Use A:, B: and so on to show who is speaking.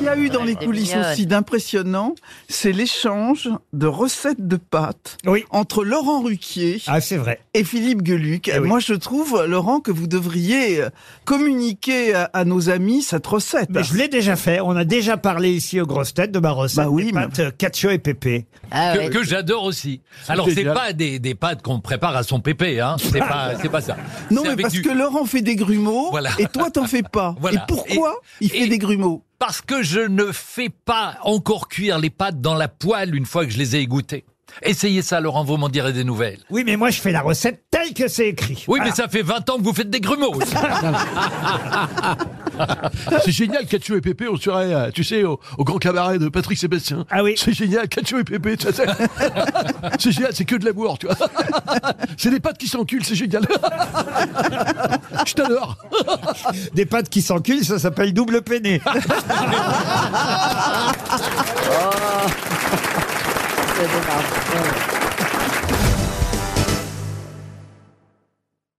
A: y a eu dans
B: Ouais,
A: les
B: c'est
A: coulisses
B: mignonne.
A: aussi d'impressionnant, c'est l'échange de recettes de pâtes
C: Oui.
A: entre Laurent Ruquier
C: Ah, c'est vrai.
A: et Philippe Gueluc.
C: Eh oui.
A: Moi, je trouve, Laurent, que vous devriez euh, communiquer à, à nos amis cette recette.
C: Mais je l'ai déjà fait. On a déjà parlé ici aux grosses têtes de ma recette
A: Bah oui,
C: des
A: mais-
C: pâtes euh, cacio et pépé.
B: Ah
D: que,
B: ouais.
D: que j'adore aussi. Alors c'est
E: génial.
D: pas des, des pâtes qu'on prépare à son pépé, hein. C'est pas c'est pas ça.
A: non,
D: C'est
A: mais
D: avec
A: parce
D: du-
A: que Laurent fait des grumeaux
D: Voilà.
A: et toi, t'en fais pas.
D: Voilà.
A: Et pourquoi il fait
D: et-
A: des grumeaux
D: parce que je ne fais pas encore cuire les pâtes dans la poêle une fois que je les ai égouttées. Essayez ça, Laurent, vous m'en direz des nouvelles.
C: Oui, mais moi, je fais la recette telle que c'est écrit.
D: Oui,
A: Ah.
C: Voilà.
D: mais ça fait 20 ans que vous faites des grumeaux. aussi.
E: C'est génial, Catio et Pépé, on serait, euh, tu sais, au, au grand cabaret de Patrick Sébastien.
C: Ah oui.
E: C'est génial, Catio et Pépé, tu vois, c'est- c'est génial, c'est que de l'amour, tu vois. C'est des pattes qui s'enculent, c'est génial. Je t'adore.
C: Des pâtes qui s'enculent, ça s'appelle double peiné.
B: C'est des marrons.